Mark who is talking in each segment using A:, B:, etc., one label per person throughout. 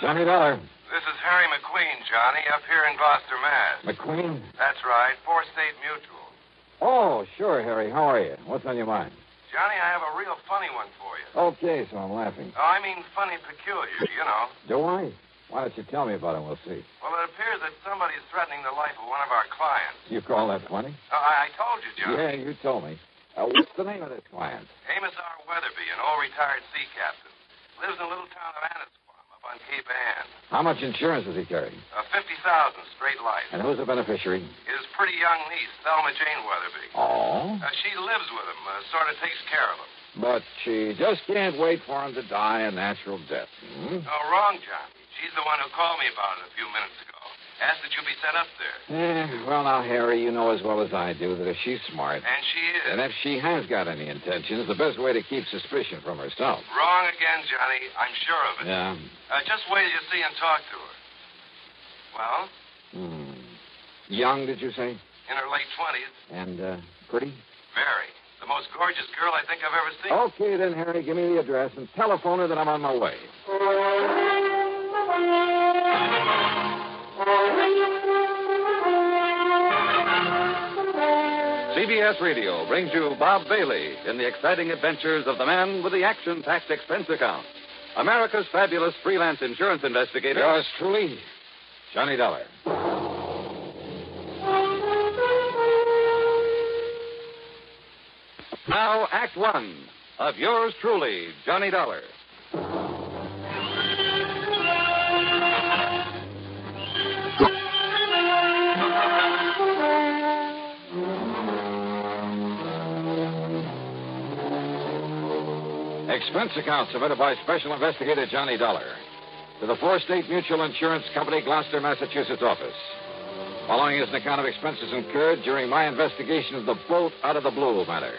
A: Johnny Dollar.
B: This is Harry McQueen, Johnny, up here in Gloucester, Mass.
A: McQueen?
B: That's right, Four State Mutual.
A: Oh, sure, Harry. How are you? What's on your mind?
B: Johnny, I have a real funny one for you.
A: Okay, so I'm laughing.
B: Oh, I mean funny peculiar, you know.
A: Do I? Why don't you tell me about it? We'll see.
B: Well, it appears that somebody's threatening the life of one of our clients.
A: You call that funny?
B: Uh, I, I told you,
A: Yeah,
B: Johnny.
A: you told me. Uh, what's the name of this client?
B: Amos R. Weatherby, an old retired sea captain. Lives in a little town of Annisquam, up on Cape Ann.
A: How much insurance does he carry?
B: Uh, 50000 straight life.
A: And who's the beneficiary?
B: His pretty young niece, Thelma Jane Weatherby.
A: Oh.
B: Uh, she lives with him, uh, sort of takes care of him.
A: But she just can't wait for him to die a natural death. Hmm?
B: No, wrong, Johnny. She's the one who called me about it a few minutes ago. Asked that you be sent up there.
A: Eh, well, now, Harry, you know as well as I do that if she's smart,
B: And she is.
A: and if she has got any intentions, the best way to keep suspicion from herself.
B: Wrong again, Johnny. I'm sure of it.
A: Yeah.
B: Uh, just wait till you see and talk to her. Well,
A: Hmm. Young, did you say?
B: in her late 20s,
A: And uh, pretty?
B: very. The most gorgeous girl I think I've ever seen.
A: Okay, then, Harry, give me the address and telephone her that I'm on my way.
C: CBS Radio brings you Bob Bailey in the exciting adventures of the man with the action packed expense account. America's fabulous freelance insurance investigator.
A: Yours truly, Johnny Dollar.
C: Now, Act One of yours truly, Johnny Dollar.
A: Expense account submitted by Special Investigator Johnny Dollar to the Four State Mutual Insurance Company, Gloucester, Massachusetts office. Following is an account of expenses incurred during my investigation of the bolt out of the blue matter.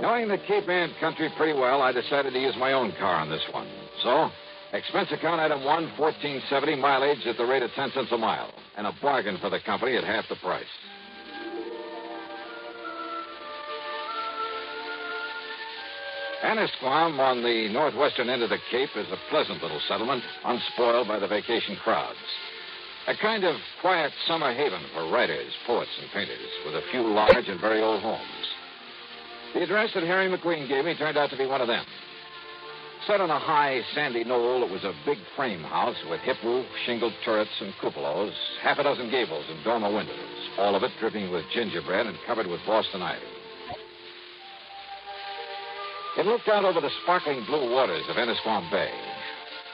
A: Knowing the Cape Ann country pretty well, I decided to use my own car on this one. So, expense account item 1, 1470, mileage at the rate of 10 cents a mile, and a bargain for the company at half the price. Annisquam, on the northwestern end of the Cape, is a pleasant little settlement, unspoiled by the vacation crowds. A kind of quiet summer haven for writers, poets, and painters, with a few large and very old homes. The address that Harry McQueen gave me turned out to be one of them. Set on a high, sandy knoll, it was a big frame house with hip roof, shingled turrets, and cupolas, half a dozen gables and dormer windows, all of it dripping with gingerbread and covered with Boston ivy. It looked out over the sparkling blue waters of Ennisquam Bay.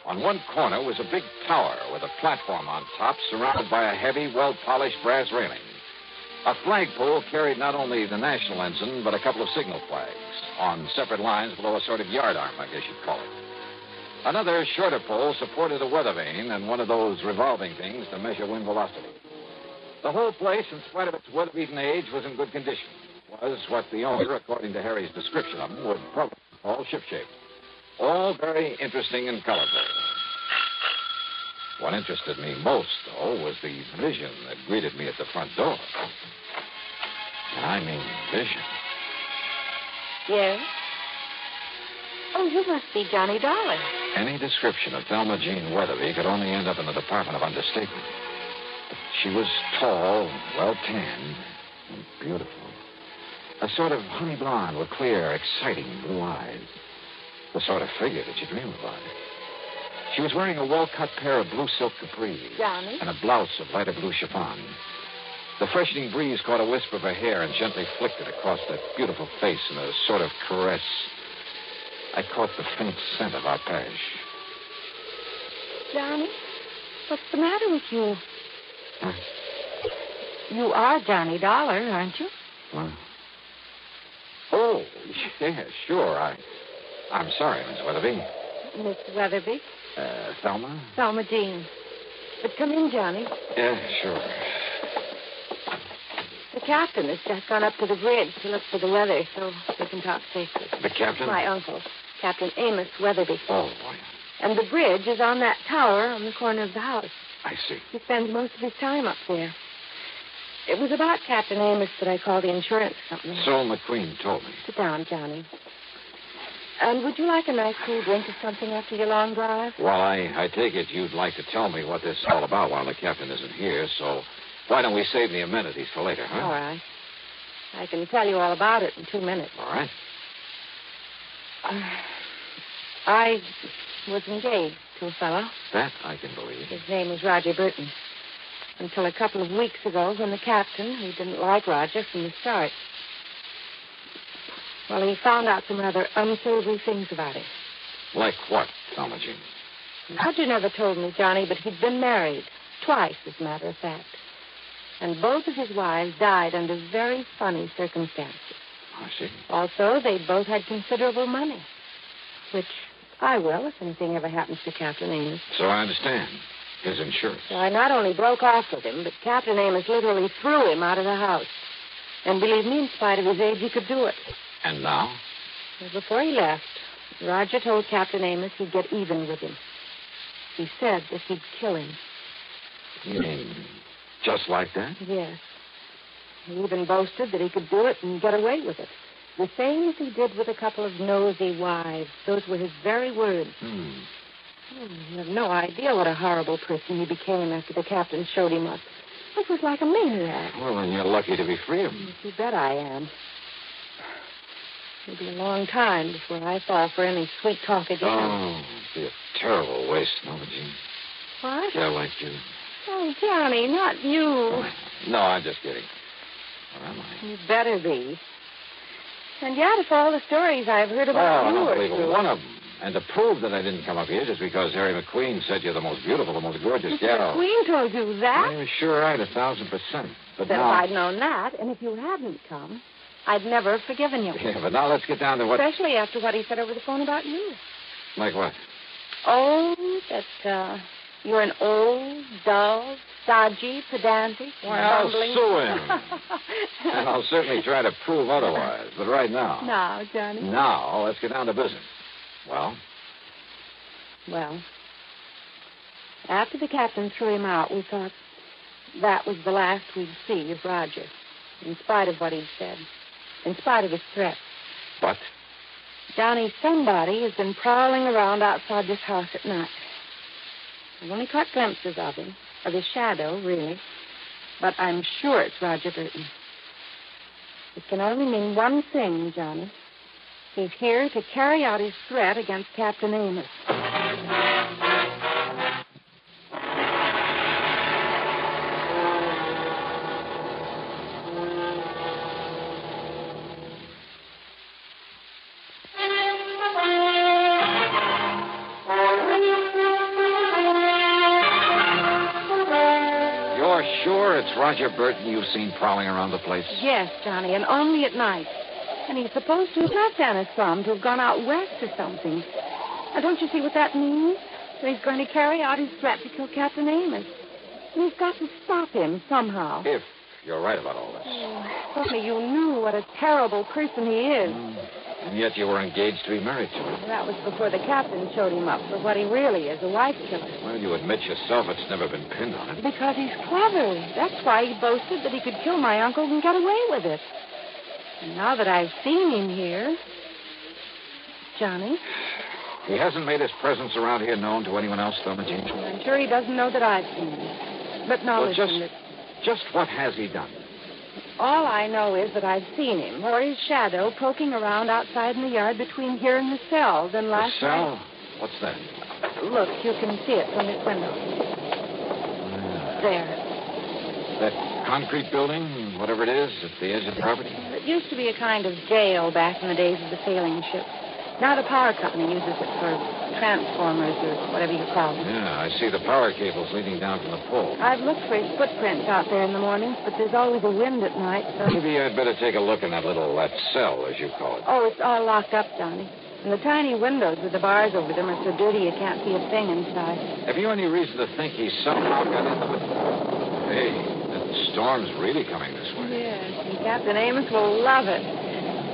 A: On one corner was a big tower with a platform on top surrounded by a heavy, well-polished brass railing. A flagpole carried not only the national ensign, but a couple of signal flags on separate lines below a sort of yardarm, I guess you'd call it. Another shorter pole supported a weather vane and one of those revolving things to measure wind velocity. The whole place, in spite of its weather-beaten age, was in good condition. Was what the owner, according to Harry's description of him, would probably call shipshape. All very interesting and colorful. What interested me most, though, was the vision that greeted me at the front door. And I mean vision.
D: Yes? Oh, you must be Johnny Dollar.
A: Any description of Thelma Jean Weatherby could only end up in the Department of Understatement. She was tall, well tanned, and beautiful. A sort of honey blonde with clear, exciting blue eyes. The sort of figure that you dream about. She was wearing a well cut pair of blue silk capris.
D: Johnny?
A: And a blouse of lighter blue chiffon. The freshening breeze caught a wisp of her hair and gently flicked it across that beautiful face in a sort of caress. I caught the faint scent of arpege.
D: Johnny? What's the matter with you? You are Johnny Dollar, aren't you?
A: Huh? Oh, yeah, sure. I, I'm sorry, Miss Weatherby.
D: Miss Weatherby.
A: Uh, Thelma?
D: Thelma Jean. But come in, Johnny.
A: Yeah, sure.
D: The captain has just gone up to the bridge to look for the weather so we can talk safely.
A: The captain?
D: My uncle, Captain Amos Weatherby.
A: Oh,
D: And the bridge is on that tower on the corner of the house.
A: I see.
D: He spends most of his time up there. It was about Captain Amos that I called the insurance company.
A: So McQueen told me.
D: Sit down, Johnny. And would you like a nice cool drink or something after your long drive?
A: Well, I, I take it you'd like to tell me what this is all about while the captain isn't here, so why don't we save the amenities for later, huh?
D: All right. I can tell you all about it in two minutes.
A: All right.
D: Uh, I was engaged to a fellow.
A: That I can believe.
D: His name was Roger Burton. Until a couple of weeks ago, when the captain, who didn't like Roger from the start, well, he found out some rather unsavory things about him.
A: Like what, Thomasin?
D: Roger never told me, Johnny, but he'd been married twice, as a matter of fact. And both of his wives died under very funny circumstances.
A: I see.
D: Also, they both had considerable money, which I will if anything ever happens to Captain Amos.
A: So I understand. His insurance.
D: So I not only broke off with him, but Captain Amos literally threw him out of the house. And believe me, in spite of his age, he could do it.
A: And now?
D: Well, Before he left, Roger told Captain Amos he'd get even with him. He said that he'd kill him.
A: You mean just like that?
D: Yes. He even boasted that he could do it and get away with it. The same as he did with a couple of nosy wives. Those were his very words.
A: Hmm.
D: Oh, you have no idea what a horrible person he became after the captain showed him up. It was like a maniac.
A: Well, then you're lucky to be free of him.
D: You bet I am. It'll be a long time before I fall for any sweet talk again.
A: Oh, it'd be a terrible waste, Thomasin.
D: What?
A: Yeah, like you.
D: Oh, Johnny, not you.
A: No, I'm just kidding. Or am I?
D: You better be. And yet, if all the stories I've heard about
A: well,
D: you are
A: unbelievable.
D: true.
A: One of them. And to prove that I didn't come up here just because Harry McQueen said you're the most beautiful, the most gorgeous
D: Mr.
A: gal.
D: McQueen told you that?
A: You're sure right, a thousand percent. But
D: Then if
A: now...
D: I'd known that, and if you hadn't come, I'd never have forgiven you.
A: Yeah, but now let's get down to what...
D: Especially after what he said over the phone about you.
A: Like what?
D: Oh, that uh, you're an old, dull, stodgy, pedantic,
A: Why, I'll
D: bumbling-
A: sue him. And I'll certainly try to prove otherwise. But right now...
D: Now, Johnny.
A: Now, let's get down to business. Well,
D: Well, after the captain threw him out, we thought that was the last we'd see of Roger, in spite of what he'd said, in spite of his threats.
A: but...
D: Johnny, somebody has been prowling around outside this house at night. I've only caught glimpses of him, of his shadow, really. But I'm sure it's Roger Burton. It can only mean one thing, Johnny. He's here to carry out his threat against Captain Amos.
A: You're sure it's Roger Burton you've seen prowling around the place?
D: Yes, Johnny, and only at night. And he's supposed to have left Anna's farm to have gone out west or something. Now, don't you see what that means? That he's going to carry out his threat to kill Captain Amos. And We've got to stop him somehow.
A: If you're right about all this.
D: Oh, if Only you knew what a terrible person he is.
A: And yet you were engaged to be married to him.
D: That was before the captain showed him up for what he really is, a wife killer.
A: Well, you admit yourself it's never been pinned on it.
D: Because he's clever. That's why he boasted that he could kill my uncle and get away with it. And now that I've seen him here. Johnny?
A: He hasn't made his presence around here known to anyone else, Thelma Jean.
D: I'm sure he doesn't know that I've seen him. But now
A: Well,
D: listen,
A: just-
D: that
A: Just what has he done?
D: all I know is that I've seen him or his shadow poking around outside in the yard between here and the cell. Then last
A: the cell? What's that?
D: night, look, you can see it from this window. There.
A: Uh, That concrete building, whatever it is, at the edge of the property?
D: It used to be a kind of jail back in the days of the sailing ships. Now the power company uses it for transformers or whatever you call them.
A: Yeah, I see the power cables leading down from the pole.
D: I've looked for his footprints out there in the mornings, but there's always a wind at night, so.
A: Maybe I'd better take a look in that little, that cell, as you call it.
D: Oh, it's all locked up, Johnny. And the tiny windows with the bars over them are so dirty you can't see a thing inside.
A: Have you any reason to think he somehow got into it? Hey, the storm's really coming this way.
D: Yes, and Captain Amos will love it.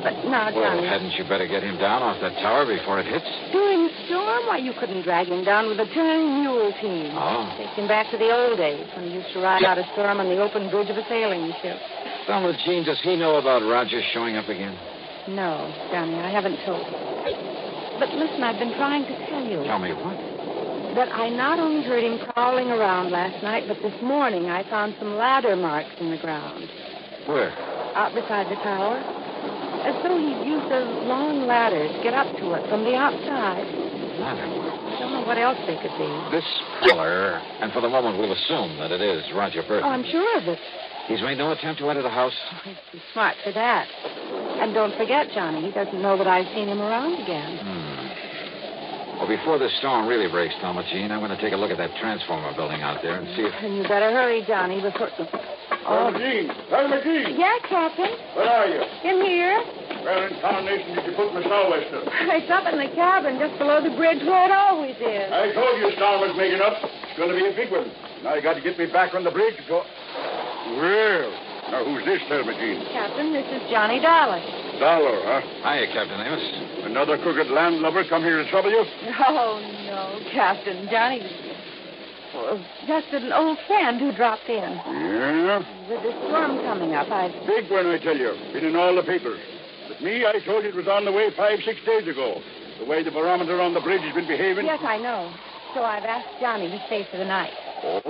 D: But now,
A: Well,
D: Johnny,
A: hadn't you better get him down off that tower before it hits?
D: during the storm, why, you couldn't drag him down with a touring mule team.
A: Oh.
D: Take him back to the old days when he used to ride out a storm on the open bridge of a sailing ship.
A: Donald Jean, does he know about Roger showing up again?
D: No, Johnny, I haven't told him. But listen, I've been trying to tell you.
A: Tell me what?
D: But I not only heard him prowling around last night, but this morning I found some ladder marks in the ground
A: Where?
D: out beside the tower. As though he'd used a long ladder to get up to it from the outside.
A: Ladder.
D: I don't know what else they could be.
A: This feller, and for the moment we'll assume that it is Roger Burton.
D: Oh, I'm sure of it.
A: He's made no attempt to enter the house.
D: He's too smart for that. And don't forget, Johnny, he doesn't know that I've seen him around again.
A: Hmm. Well, before the storm really breaks, Thelma Jean, I'm going to take a look at that transformer building out there and see if.
D: And you better hurry, Johnny, before. Oh,
E: Hello, McGee. Hello, McGee.
D: Yeah, Captain.
E: Where are you?
D: In here.
E: Where in tarnation did you put Miss Sylvester?
D: It's up in the cabin just below the bridge where it always is.
E: I told you storm was making up. It's going to be a big one. Now you got to get me back on the bridge. Go. Well, now who's this, Helmagine?
D: Captain, this is Johnny Dollar.
E: Dollar, huh?
A: Hiya, Captain Amos.
E: Another crooked landlubber come here to trouble you?
D: Oh, no, Captain. Johnny was just an old friend who dropped in.
E: Yeah.
D: With the storm coming up, I...
E: Big one, I tell you. Been in all the papers. But me, I told you it was on the way five, six days ago. The way the barometer on the bridge has been behaving.
D: Yes, I know. So I've asked Johnny to stay for the night.
E: Oh?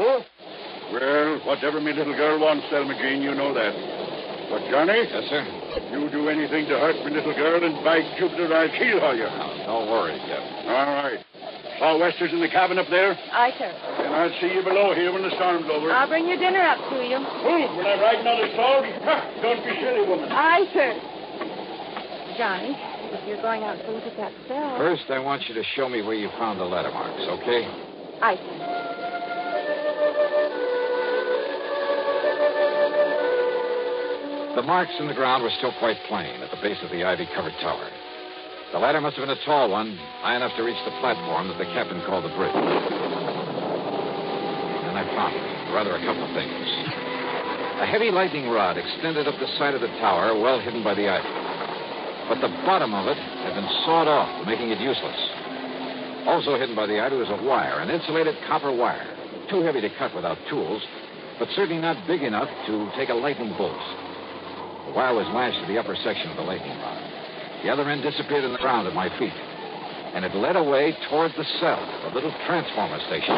E: Well, whatever me little girl wants, Helmagine, you know that. But, Johnny?
A: Yes, sir.
E: You do anything to hurt me, little girl, and by Jupiter, I'll kill all you.
A: No, no worries, Captain.
E: All right. Saw Wester's in the cabin up there,
D: Aye, sir.
E: and I'll see you below here when the storm's over.
D: I'll bring your dinner up to you.
E: Move when I'm riding on the storm. Ha! Don't be silly, woman.
D: Aye, sir. Johnny, if you're going out to look at that cell...
A: First, I want you to show me where you found the ladder marks, okay?
D: Aye, sir.
A: The marks in the ground were still quite plain at the base of the ivy covered tower. The ladder must have been a tall one, high enough to reach the platform that the captain called the bridge. And I found rather a couple of things. A heavy lightning rod extended up the side of the tower, well hidden by the ivy. But the bottom of it had been sawed off, making it useless. Also hidden by the ivy was a wire, an insulated copper wire, too heavy to cut without tools, but certainly not big enough to take a lightning bolt. The wire was lashed to the upper section of the lightning rod. The other end disappeared in the ground at my feet, and it led away toward the cell, the little transformer station.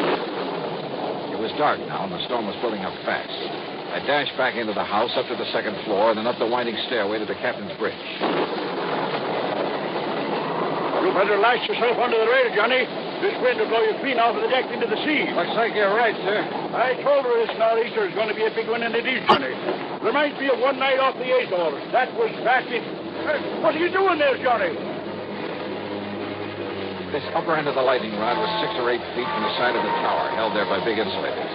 A: It was dark now, and the storm was building up fast. I dashed back into the house, up to the second floor, and then up the winding stairway to the captain's bridge.
E: You better lash yourself onto the rail, Johnny. This wind will blow you clean off of the deck into the sea.
A: Looks like you're right, sir.
E: I told her this nor'easter is going to be a big one, and it is, Johnny. Reminds me of one night off the Azores. That was back in... Hey, What are you doing there, Johnny?
A: This upper end of the lightning rod was six or eight feet from the side of the tower, held there by big insulators.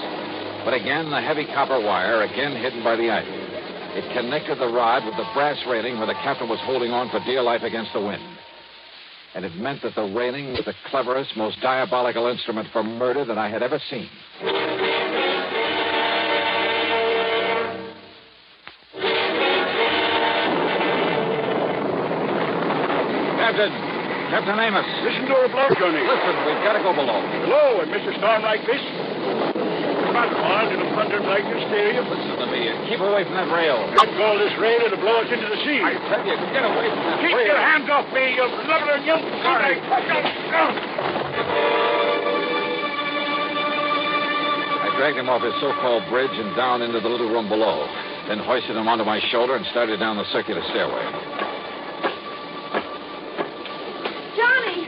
A: But again, the heavy copper wire, again hidden by the ivy. It connected the rod with the brass railing where the captain was holding on for dear life against the wind. And it meant that the railing was the cleverest, most diabolical instrument for murder that I had ever seen. Captain! Captain Amos!
E: Listen to her blow, Johnny.
A: Listen, we've got to go below.
E: Hello, and Mr. Storm like this? Not hard in a thunder like hysteria, but
A: Listen to me. Keep away from that rail.
E: let go of this rail, it'll blow us into the sea.
A: I tell you, get away from that
E: Keep
A: rail.
E: your hands off me, you blubberer, you... Sorry.
A: I dragged him off his so-called bridge and down into the little room below, then hoisted him onto my shoulder and started down the circular stairway.
D: Johnny!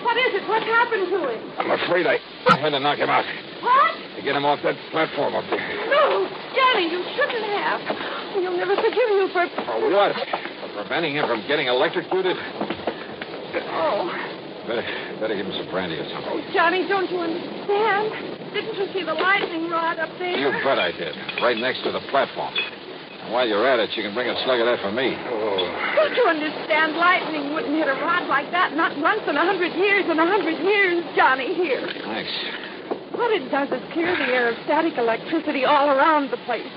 D: What is it? What's happened to him?
A: I'm afraid I, I had to knock him out
D: What?
A: to get him off that platform up there.
D: No, Johnny, you shouldn't have. He'll never forgive you for.
A: For Oh, what? For preventing him from getting electrocuted?
D: Oh,
A: Better, better give him some brandy or something.
D: Johnny, don't you understand? Didn't you see the lightning rod up there?
A: You bet I did. Right next to the platform. And while you're at it, you can bring a slug of that for me.
E: Oh.
D: Don't you understand? Lightning wouldn't hit a rod like that, not once in a hundred years, in a hundred years, Johnny, here.
A: Thanks.
D: What it does is clear the air of static electricity all around the place.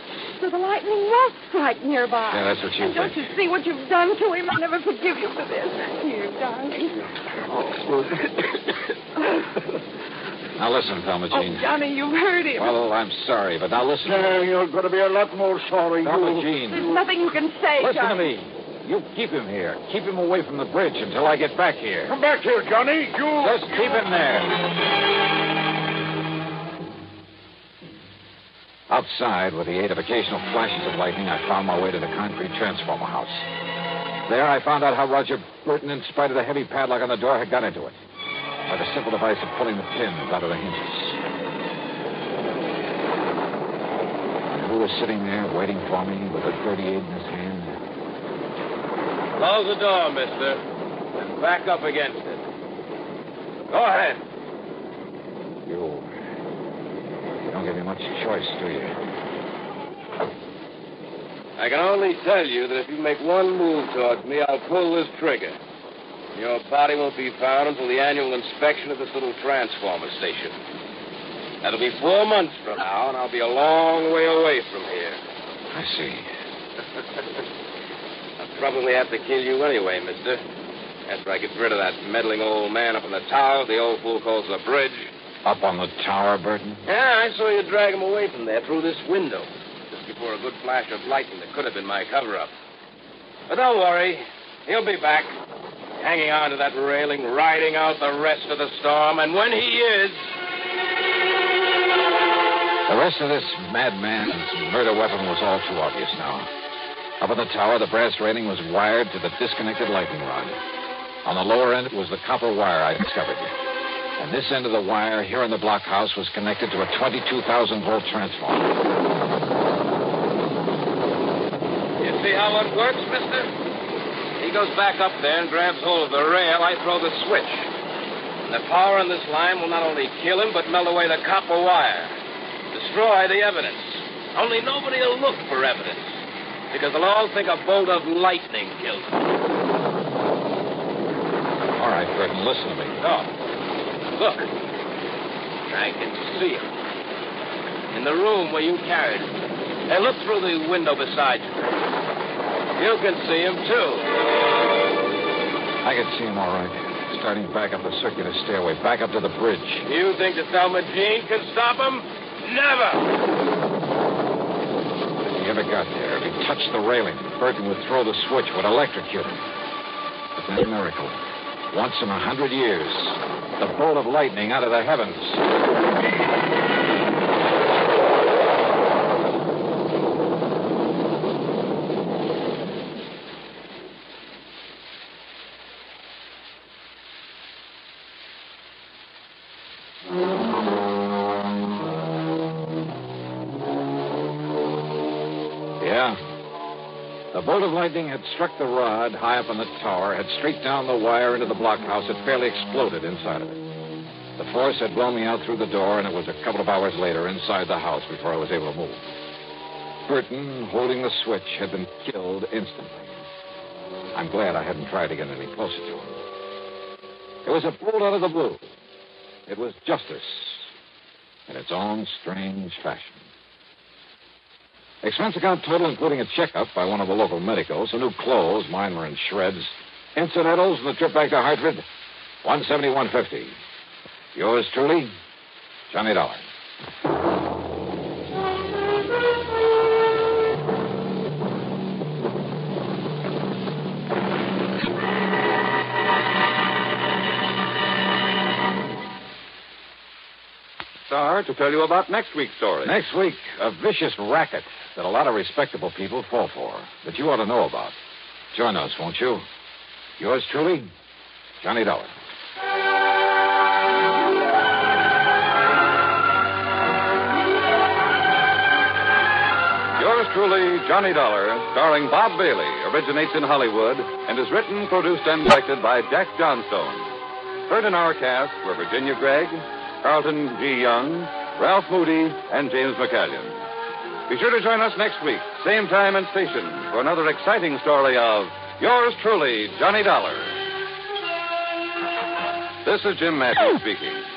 D: So the lightning was quite nearby.
A: Yeah, that's what you
D: And Don't you
A: think.
D: see what you've done to him? I'll never forgive you for this. You darling.
A: Now listen, Thelma Jean.
D: Oh, Johnny, you've hurt him.
A: well, I'm sorry, but now listen.
E: Now, you're going to be a lot more sorry,
A: Thelma
E: you.
A: Jean,
D: There's nothing you can say,
A: listen to
D: Johnny.
A: me. You keep him here. Keep him away from the bridge until I get back here.
E: Come back here, Johnny. You.
A: Just keep him there. Outside, with the aid of occasional flashes of lightning, I found my way to the concrete transformer house. There, I found out how Roger Burton, in spite of the heavy padlock on the door, had got into it by the simple device of pulling the pins out of the hinges. And who was sitting there waiting for me with a 38 in his hand?
C: Close the door, mister. And back up against it. Go ahead.
A: You. You don't give me much choice, do you?
C: I can only tell you that if you make one move towards me, I'll pull this trigger. Your body won't be found until the annual inspection of this little transformer station. That'll be four months from now, and I'll be a long way away from here.
A: I see.
C: I'll probably have to kill you anyway, mister. After I get rid of that meddling old man up in the tower, the old fool calls the bridge.
A: Up on the tower, Burton?
C: Yeah, I saw you drag him away from there through this window, just before a good flash of lightning that could have been my cover up. But don't worry, he'll be back, hanging on to that railing, riding out the rest of the storm, and when he is.
A: The rest of this madman's murder weapon was all too obvious now. Up on the tower, the brass railing was wired to the disconnected lightning rod. On the lower end, it was the copper wire I discovered. And this end of the wire here in the blockhouse was connected to a 22,000 volt transformer.
C: You see how it works, mister? He goes back up there and grabs hold of the rail, I throw the switch. And the power in this line will not only kill him, but melt away the copper wire, destroy the evidence. Only nobody will look for evidence, because they'll all think a bolt of lightning killed him.
A: All right, Burton, listen to me.
C: No. Look. I can see him. In the room where you carried him. Hey, look through the window beside you. You can see him, too.
A: I could see him all right, starting back up the circular stairway, back up to the bridge.
C: You think the Thelma Jean can stop him? Never!
A: If he ever got there, if he touched the railing, Burton would throw the switch, would electrocute him. But that miracle, once in a hundred years, the bolt of lightning out of the heavens. Yeah. The bolt of lightning had struck the rod high up on the tower, had streaked down the wire into the blockhouse, had fairly exploded inside of it. The force had blown me out through the door, and it was a couple of hours later inside the house before I was able to move. Burton, holding the switch, had been killed instantly. I'm glad I hadn't tried to get any closer to him. It was a bolt out of the blue. It was justice in its own strange fashion. Expense account total, including a checkup by one of the local medicals, the new clothes, mine were in shreds, incidentals, and the trip back to Hartford, one seventy one fifty. Yours truly, Johnny Dollar.
C: Star, to tell you about next week's story.
A: Next week, a vicious racket that a lot of respectable people fall for, that you ought to know about. Join us, won't you? Yours truly, Johnny Dollar.
C: Yours truly, Johnny Dollar, starring Bob Bailey, originates in Hollywood and is written, produced, and directed by Jack Johnstone. Heard in our cast were Virginia Gregg, Carlton G. Young, Ralph Moody, and James McCallion. Be sure to join us next week, same time and station, for another exciting story of Yours truly, Johnny Dollar. This is Jim Matthews speaking.